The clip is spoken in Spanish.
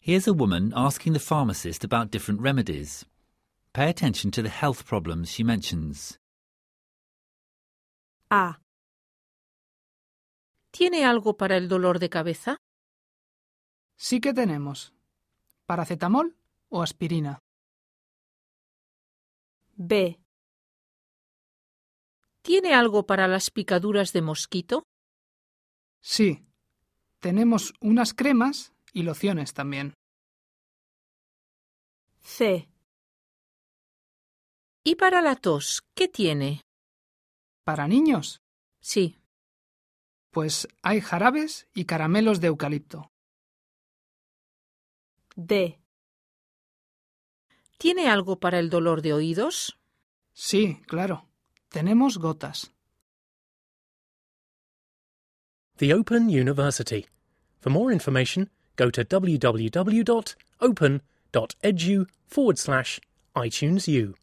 Here's a woman asking the pharmacist about different remedies. Pay attention to the health problems she mentions. A. ¿Tiene algo para el dolor de cabeza? Sí que tenemos. ¿Paracetamol o aspirina? B. ¿Tiene algo para las picaduras de mosquito? Sí. Tenemos unas cremas y lociones también. C. ¿Y para la tos? ¿Qué tiene? ¿Para niños? Sí. Pues hay jarabes y caramelos de eucalipto. D. ¿Tiene algo para el dolor de oídos? Sí, claro. Tenemos gotas. The Open University. For more information, go to www.open.edu forward slash iTunes